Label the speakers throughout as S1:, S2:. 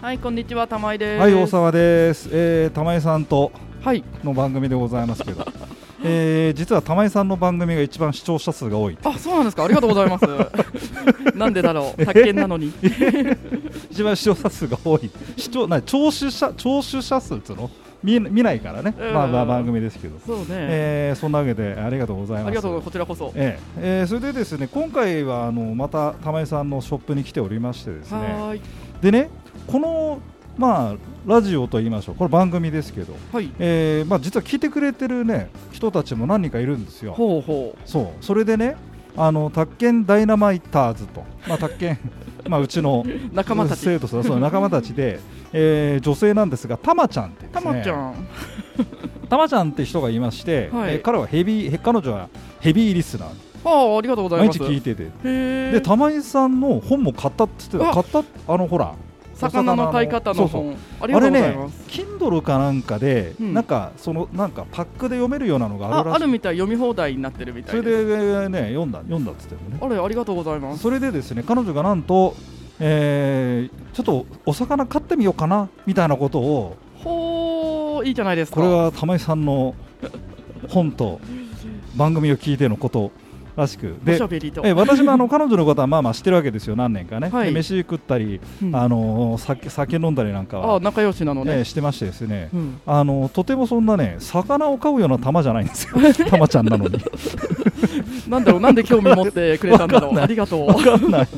S1: はい、こんにちは、玉井です。
S2: はい大沢です、えー、玉井さんと
S1: はい、
S2: の番組でございますけど えー、実は玉井さんの番組が一番視聴者数が多い
S1: あ、そうなんですか。ありがとうござ います。なんでだろう。発見なのに。
S2: 一番視聴者数が多い視聴な聴取者聴取者数っつうの見見ないからね、
S1: うん
S2: まあ、まあ番組ですけど、
S1: そうね。
S2: えー、そんなわけでありがとうございます
S1: ありがとうございます。こちらこそ。
S2: えええーそれでですね今回はあのまた玉井さんのショップに来ておりましてですね
S1: はーい。
S2: でねこのまあラジオと言いましょうこれ番組ですけど、
S1: はい。
S2: えーまあ、実は聞いてくれてるね人たちも何人かいるんですよ
S1: ほうほ
S2: そうそれでねあの宅建ダイナマイターズと、まあ、宅建 まあうちの
S1: う。仲間たち。
S2: 生徒さんそう仲間た ちで、えー女性なんですがたまちゃんってです
S1: た
S2: ね
S1: まちゃん。
S2: たまちゃんって人がいまして、
S1: はい
S2: えー彼はヘビー彼女はヘビーリスナー
S1: ああ、ありがとうござい
S2: 毎
S1: ます。
S2: 日聞いてて
S1: へ
S2: で
S1: え。
S2: 玉井さんの本も買ったっつってた
S1: あ
S2: 買ったあのほら
S1: 魚の買い方の
S2: そうそう
S1: 本。ありがとうございます。
S2: Kindle かなんかで、
S1: うん
S2: なんかそのなんかパックで読めるようなのがある
S1: あ、
S2: ら
S1: あ
S2: しい
S1: るみたい、読み放題になってるみた
S2: そ
S1: い
S2: れ
S1: です。
S2: でね読んだ読んだっつってもね
S1: あれ、ありがとうございます。
S2: それでですね彼女がなんと、えーちょっとお魚飼ってみようかなみたいなことを
S1: ほう、いいじゃないですか。
S2: これは玉井さんの本と番組を聞いてのことらしく
S1: お
S2: で
S1: しゃべりと。
S2: えー私もあの彼女のことはまあまあ知ってるわけですよ何年かね、
S1: はい
S2: で飯食ったり、
S1: うん
S2: あのー酒酒飲んだりなんかは
S1: あ、仲良しなの
S2: えー
S1: ね。
S2: してましてですね、
S1: うん。
S2: あのとてもそんなね魚を飼うような玉じゃないんですよ 玉ちゃんな のに
S1: なんだろう、なんで興味持ってくれたんだろ
S2: わか
S1: う。
S2: んない
S1: ありがとう。
S2: 分かんない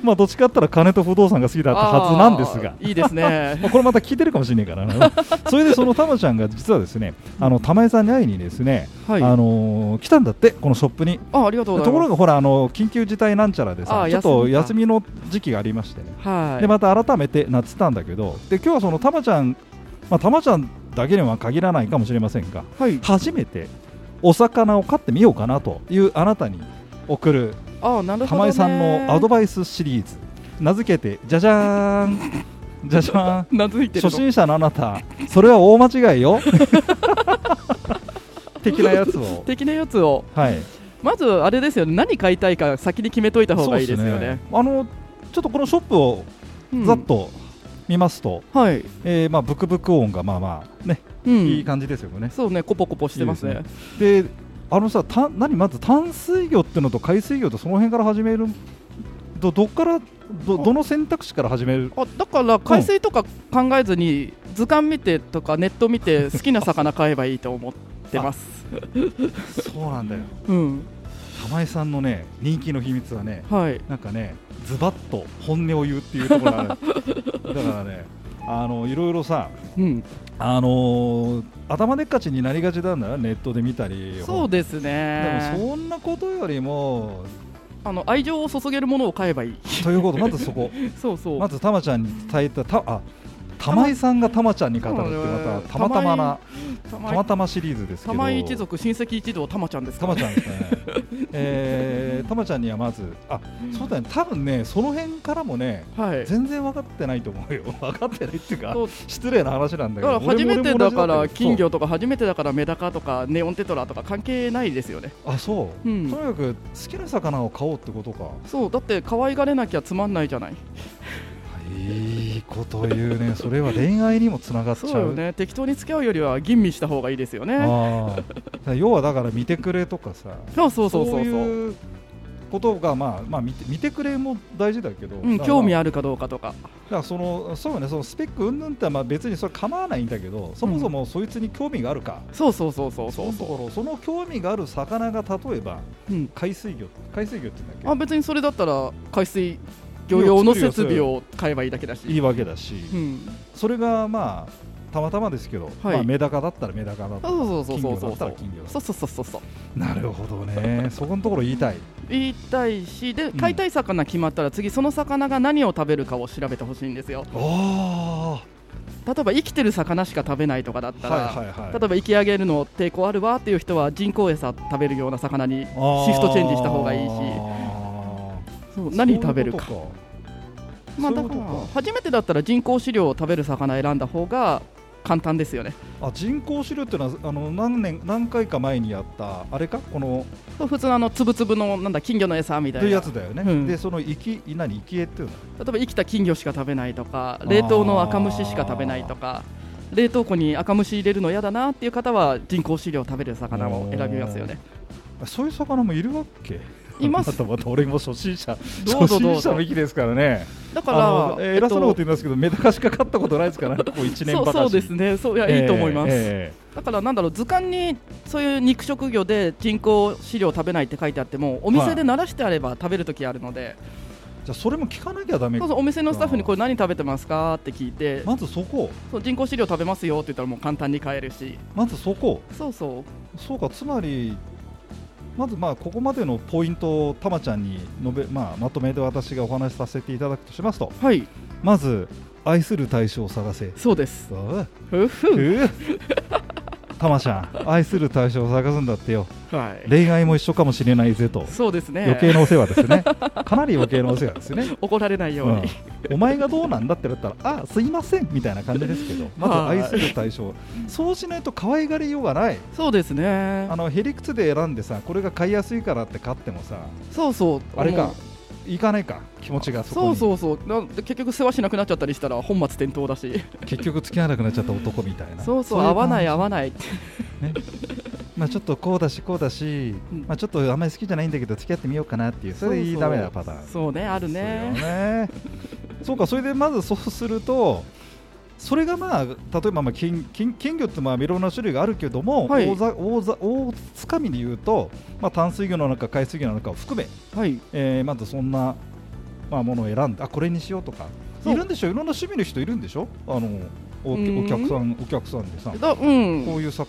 S2: まあどっちかって言ったら金と不動産が好きだったはずなんですが
S1: あーいいですね
S2: まあこれまた聞いてるかもしれないか らなそれでその玉ちゃんが実はですねあの玉井さんに会いにですね、
S1: はい
S2: あのー来たんだってこのショップに
S1: あありがとうござ
S2: と
S1: い
S2: こ
S1: ま
S2: ろ
S1: す
S2: がほらあの緊急事態なんちゃらで
S1: あ
S2: さ
S1: ー
S2: ちょっと
S1: 休
S2: 休
S1: み
S2: みの時期がありましてね
S1: はい
S2: でまた改めてなってたんだけどで今日はその玉ちゃんまあ玉ちゃんだけには限らないかもしれませんが
S1: はい
S2: 初めてお魚を飼ってみようかなというあなたに送る
S1: あなるほど
S2: 玉
S1: ね
S2: 井さんのアドバイスシリーズ名付けてじゃじゃーん じゃじゃーん
S1: なずいてる
S2: 初
S1: の
S2: 心者のあなたそれは大間違 いよ的なやつを
S1: 的なやつを
S2: はい
S1: まずあれですよね何買いたいか先に決めといた方がいいですよね
S2: あのちょっとこのショップを
S1: うん
S2: ざっと見ますと、
S1: はい、
S2: えーまあブクブク音がまあまあね、
S1: うん、
S2: いい感じですよね
S1: そうねコポコポしてますね
S2: いいであのさた何まず淡水魚ってのと海水魚とその辺から始めるどどっからどどの選択肢から始める
S1: あだから海水とか考えずに図鑑見てとかネット見て好きな魚買えばいいと思ってます
S2: そうなんだよ
S1: うん
S2: 玉井さんのね人気の秘密はね
S1: はい
S2: なんかねズバッと本音を言うっていうところがあ るだからねあのいろいろさ
S1: うん
S2: あのー頭でっかちになりがちなんだよネットで見たり
S1: そうです
S2: で
S1: ね
S2: もそんなことよりも
S1: あの愛情を注げるものを買えばいい
S2: ということまずそこ
S1: そうそう、
S2: まずたまちゃんに伝えたたあ玉井さんがたまちゃんに語るってまたたまたまな
S1: たま
S2: たまたまシリーズですけど
S1: 玉井一族親戚一同たまちゃんですか
S2: た
S1: ら
S2: まちゃ んですねえーたまちゃんにはまずあそうだよね多分ねその辺からもね
S1: はい
S2: 全然分かってないと思うよ 分かってないっていうか
S1: そう
S2: 失礼な話なんだ
S1: だ
S2: け
S1: か
S2: ど
S1: ら初めてだか
S2: 俺も同
S1: ら
S2: じ
S1: 金魚とか初めてだからメダカとかネオンテトラとか関係ないですよね
S2: そうあそう、
S1: うん
S2: とにかく好きな魚を買おうってこと か
S1: そうだって可愛がれなきゃつまんないじゃない
S2: いいこと言うねそれは恋愛にもつながっち
S1: そ
S2: ゃ
S1: う
S2: う
S1: よね適当に付き合うよりは吟味した方がいいですよね
S2: ああ要はだから見てくれとかさ
S1: そうそうそうそうそう
S2: いうことがまあまあ見て見てくれも大事だけど、
S1: うん、興味
S2: あ
S1: あるかどうかとか
S2: だからそのそうよねそのスペック云々ってまあ別にそれ構わないんだけどそもそもそいつに興味があるか、
S1: そうそうそうそう
S2: そ
S1: そう
S2: のところその興味がある魚が例えば
S1: うん、
S2: 海水魚海水魚って言うんだ
S1: あ
S2: っ
S1: 別にそれだったら海水漁用の設備を買えばいいだけだ
S2: けい
S1: し、
S2: いわけだし、
S1: うん、
S2: それがまあたまたまですけど、
S1: はい
S2: まあ、メダカだったらメダカだ
S1: あ
S2: と
S1: そうそうそうそう
S2: 金魚だった
S1: そう
S2: ら金魚だ
S1: そうそうそうそうそう
S2: なるほどねそこのところ言い たい
S1: 言いたいしで
S2: ん
S1: 買いたい魚決まったら次その魚が何を食べるかを調べてほしいんですよ
S2: あ
S1: 例えば生きてる魚しか食べないとかだっ
S2: あ
S1: たら、
S2: はいはいはい
S1: 例えば生き上げるの抵抗あるわっていう人は人工餌食べるような魚にシフトチェンジした方がいいしそう何食べるかまあ、だから初めてだったら人工飼料を食べる魚選んだ方が簡単ですよね
S2: あ人工飼料っていうのはあの何年何回か前にやったあれかこの
S1: 普通のあの粒々のなんだ金魚の餌みたい
S2: で
S1: な
S2: やつだよね、
S1: うん
S2: でその生き何生き餌っていうの
S1: 例えば生きた金魚しか食べないとか冷凍の赤虫しか食べないとか冷凍庫に赤虫入れるの嫌だなっていう方は人工飼料を食べる魚を選びますよね
S2: あそういう魚もいるわけ
S1: います
S2: またまた俺も初心者
S1: どうぞどう
S2: 初心者
S1: ぞ
S2: の域ですからね
S1: だ
S2: あ
S1: か
S2: の
S1: ら
S2: えー偉そうなこ
S1: え
S2: と
S1: っ
S2: 言いますけど、メダカしか飼ったことないですから、こ
S1: と
S2: こ1
S1: そ
S2: 年ば
S1: う
S2: か
S1: そ
S2: し
S1: うですねそういや
S2: えー
S1: いいと思います、
S2: え
S1: だからなんだろう図鑑にそういう肉食魚で人工飼料を食べないって書いてあってもお
S2: は
S1: 店
S2: い
S1: で慣らしてあれば食べるときあるので、
S2: ーじゃあ、それも聞かなきゃだめ
S1: そうそうお店のスタッフにこれ何食べてますかって聞いて、
S2: まずそこ、
S1: そう人工飼料食べますよって言ったらもう簡単に買えるし
S2: まずそこ、
S1: そうそう
S2: そうか、つまり、まずまあここまでのポイントをたまちゃんに述べ、まあ、まとめで私がお話しさせていただくとしますと、
S1: はい
S2: まず、愛する対象を探せ。
S1: そうです
S2: そう
S1: ふうふう
S2: ううたまちゃん、愛する対象を探すんだってよ、
S1: はい
S2: 恋愛も一緒かもしれないぜと、
S1: そうですね
S2: 余計なお世話ですね、かなり余計なお世話ですね。
S1: 怒られないように、
S2: うん、お前がどうなんだってなったら、あすいませんみたいな感じですけど、まず愛する対象、そうしないと可愛がりようがない、
S1: そうですね
S2: あのへりくつで選んでさ、これが買いやすいからって買ってもさ、
S1: そうそう
S2: あれ
S1: も
S2: か
S1: う、
S2: いかないか、気持ちがそこ
S1: そ
S2: に
S1: うそうそうな結局世話しなくなっちゃったりしたら本末転倒だし
S2: 結局付き合わなくなっちゃった男みたいな、
S1: そうそう合わない合
S2: わ
S1: わないって
S2: ない、ねまあ、ちょっとこうだし、こうだし、
S1: うん
S2: まあ、ちょっとあんまり好きじゃないんだけど、付き合ってみようかなっていう、それいいダメなパターン。
S1: そうねあるね
S2: そうよねそうかそれでまずそうするとそれがまあ例えばまあ金金金魚ってまあいろんな種類があるけども、
S1: はい
S2: 大ざ大ざ大つかみで言うと、まあ、淡水魚なのか海水魚なのかを含め、
S1: はい
S2: えーまずそんな、まあ、ものを選んであこれにしようとか
S1: そう
S2: いるんでしょいろんな趣味の人いるんでしょあのお
S1: うん
S2: お客さんお客さんでさ
S1: だうん
S2: こういうさ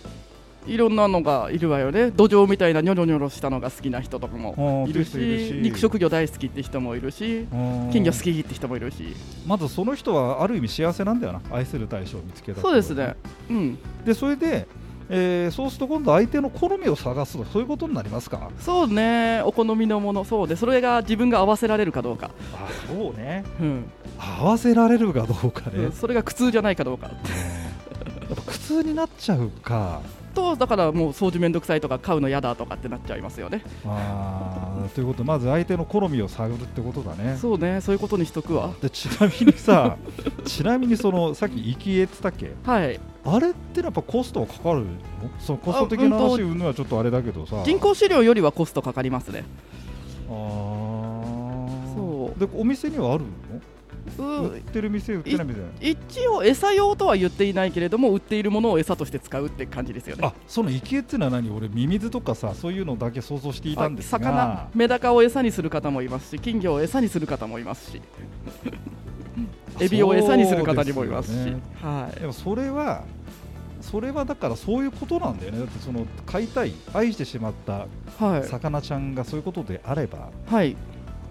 S1: いろんなのがいるわよね土壌みたいなニョロニョロしたのが好きな人とか
S2: あ
S1: も
S2: ー
S1: いる
S2: っていう人
S1: し肉食魚大好きって人もいるし金
S2: 金
S1: 魚好きって人もいるし
S2: まずその人はある意味幸せなんだよな愛する対象を見つけたって
S1: そ
S2: こ
S1: う
S2: と
S1: ですねうん
S2: でそれで、えーそうすると今度相手の好みを探すとそういうことになりますか
S1: そうねお好みのものそうでそれが自分が合わせられるかどうか、
S2: あそうね
S1: うん
S2: 合わせられるかどうかね、
S1: それが苦痛じゃないかどうか
S2: やっぱ苦痛になっちゃうか
S1: とだからもう掃除めんどくさいとか買うの嫌だとかってなっちゃいますよね
S2: あーということでまず相手の好みを探るってことだね
S1: そうねそういうことにしとくわ
S2: でちなみに さちなみにそのさっき生き絵って言ったっけ
S1: はい
S2: あれってやっぱコストはかかるのそのコスト的
S1: あ
S2: な
S1: うんと
S2: 話を言うのはちょっとあれだけどさ
S1: 人工飼料よりはコストかかりますね
S2: あー
S1: そう
S2: でお店にはある
S1: う
S2: の売ってる店売ってない店
S1: 一応餌用とは言っていないけれども売っているものを餌として使うって感じですよね
S2: あその生き餌っていうのは何俺ミミズとかさそういうのだけ想像していたんですが
S1: 魚メダカを餌にする方もいますし金魚を餌にする方もいますしエビを餌にする方にもいますし
S2: そうですよね
S1: は
S2: でもそれはそれはだからそういうことなんだよねだってその飼いたい愛してしまった
S1: いはい
S2: 魚ちゃんがそういうことであれば、
S1: はい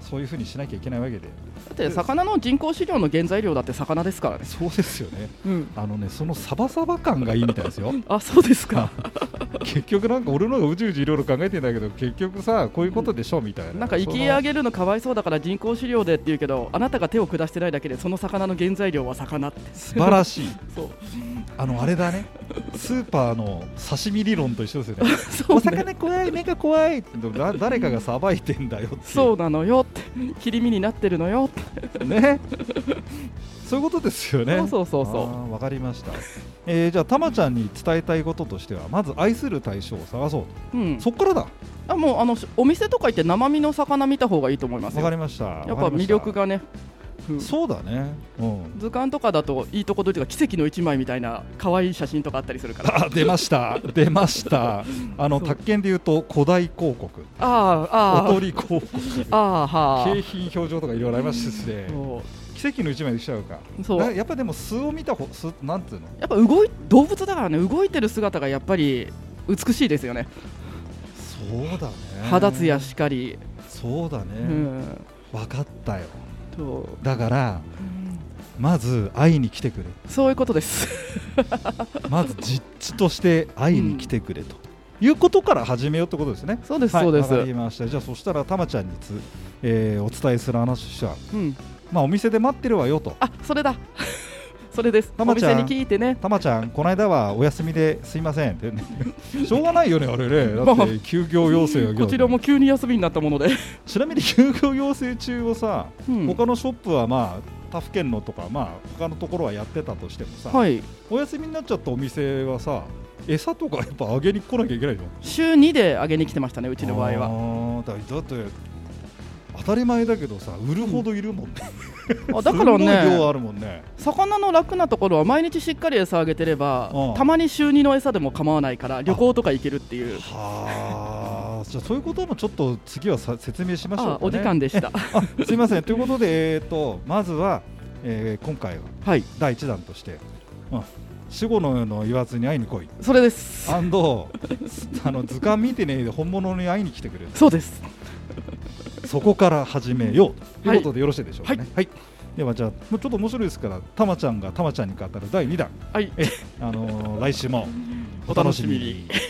S2: そういうふうにしなきゃいけないわけで
S1: だって魚の人工飼料の原材料だって魚ですからね
S2: そうですよね
S1: うん
S2: あのねそのサバサバ感がいいみたいですよ
S1: あそうですか
S2: 結局なんか俺の方がうじうじいろいろ考えてんだけど結局さこういうことでしょみたい な
S1: なんか生き上げるのかわいそうだから人工飼料でって言うけどあなたが手を下してないだけでその魚の原材料は魚って
S2: その素晴らしい
S1: そう
S2: あのあれだね、スーパーの刺身理論と一緒ですよね。
S1: そう
S2: お
S1: ね
S2: 魚怖い、目が怖い、だ誰かがさばいてんだよっていう
S1: そうなのよって切り身になってるのよって
S2: ね。 そういうことですよね。
S1: そうそうそうそう
S2: あーわかりました。えーじゃあたまちゃんに伝えたいこととしては、まず愛する対象を探そう
S1: うん
S2: と。そっからだ。
S1: あもうあのしお店とか行って生身の魚見た方がいいと思います
S2: わ
S1: よ
S2: か
S1: やっ
S2: りました。や
S1: ぱ魅力。がね、うん
S2: そうだね。うん。
S1: 図鑑とかだといいとこ取りとか奇跡の一枚みたいな可愛い写真とかあったりする から
S2: あ出ました、出ました、あの
S1: そう
S2: 宅建でいうと古代広告、
S1: あああ
S2: お
S1: あ
S2: とり広告、
S1: ああは あ
S2: 景品表情とかいろいろありましたしね。
S1: そ
S2: 奇跡の一枚にしちゃうか
S1: うそう
S2: なやっぱでも素を見たほ素なんていうの
S1: やっぱ動い動物だからね動いてる姿がやっぱり美しいですよね
S2: そうだね
S1: 肌ツヤしかり、
S2: そうだね、
S1: うん
S2: 分かったよ
S1: と
S2: だからまず会いに来てくれ
S1: そういうことです
S2: まず実地として会いに来てくれと、いうことから始めようってことですね
S1: そうです、
S2: はい
S1: そうです、
S2: わかりましたじゃあそしたらたまちゃんにつ、えーお伝えする話としては
S1: うん、
S2: まあお店で待ってるわよと
S1: あそれだそそれですお
S2: 玉ちゃ
S1: 店に
S2: ん
S1: 聞いてね
S2: たまちゃん、この間はお休みですいませんっ てね、しょうがないよね、あれね、だ
S1: まあ
S2: って休業要請が、
S1: こちらも急に休みになったもので、
S2: ちなみに休業要請中をさ、
S1: うん
S2: 他のショップはまあ他府県のとか、まあ他のところはやってたとしてもさ、
S1: はい、
S2: お休みになっちゃったお店はさ、餌とかやっぱあげに来なきゃいけないの
S1: 週2で上げに来てましたねう
S2: う
S1: ちの場合は
S2: は。だだって当たり前だけどさ、売るほどいるもんね。
S1: あだから
S2: すごい量
S1: ね
S2: あるもんね。
S1: 魚の楽なところは毎日しっかり餌あげてれば
S2: うん
S1: たまに週2の餌でも構わないから旅行とか行けるっていう
S2: はあ、じゃあそういうこともちょっと次はさ説明しましょうか、ね
S1: あ。お時間でした
S2: あすいませんということで、えー、とまずは、えー今回は
S1: はい
S2: 第1弾として、まあ、死後の世の言わずに会いに来い
S1: それです
S2: アンドあの図鑑見てねえで本物に会いに来てくれ
S1: そうです
S2: そこから始めようということでよろしいでしょうかね、
S1: は
S2: はいではじゃあもうちょっと面白いですからたまちゃんがたまちゃんに語る第2弾、
S1: はい
S2: あのー来週も
S1: お楽しみに
S2: お楽しみに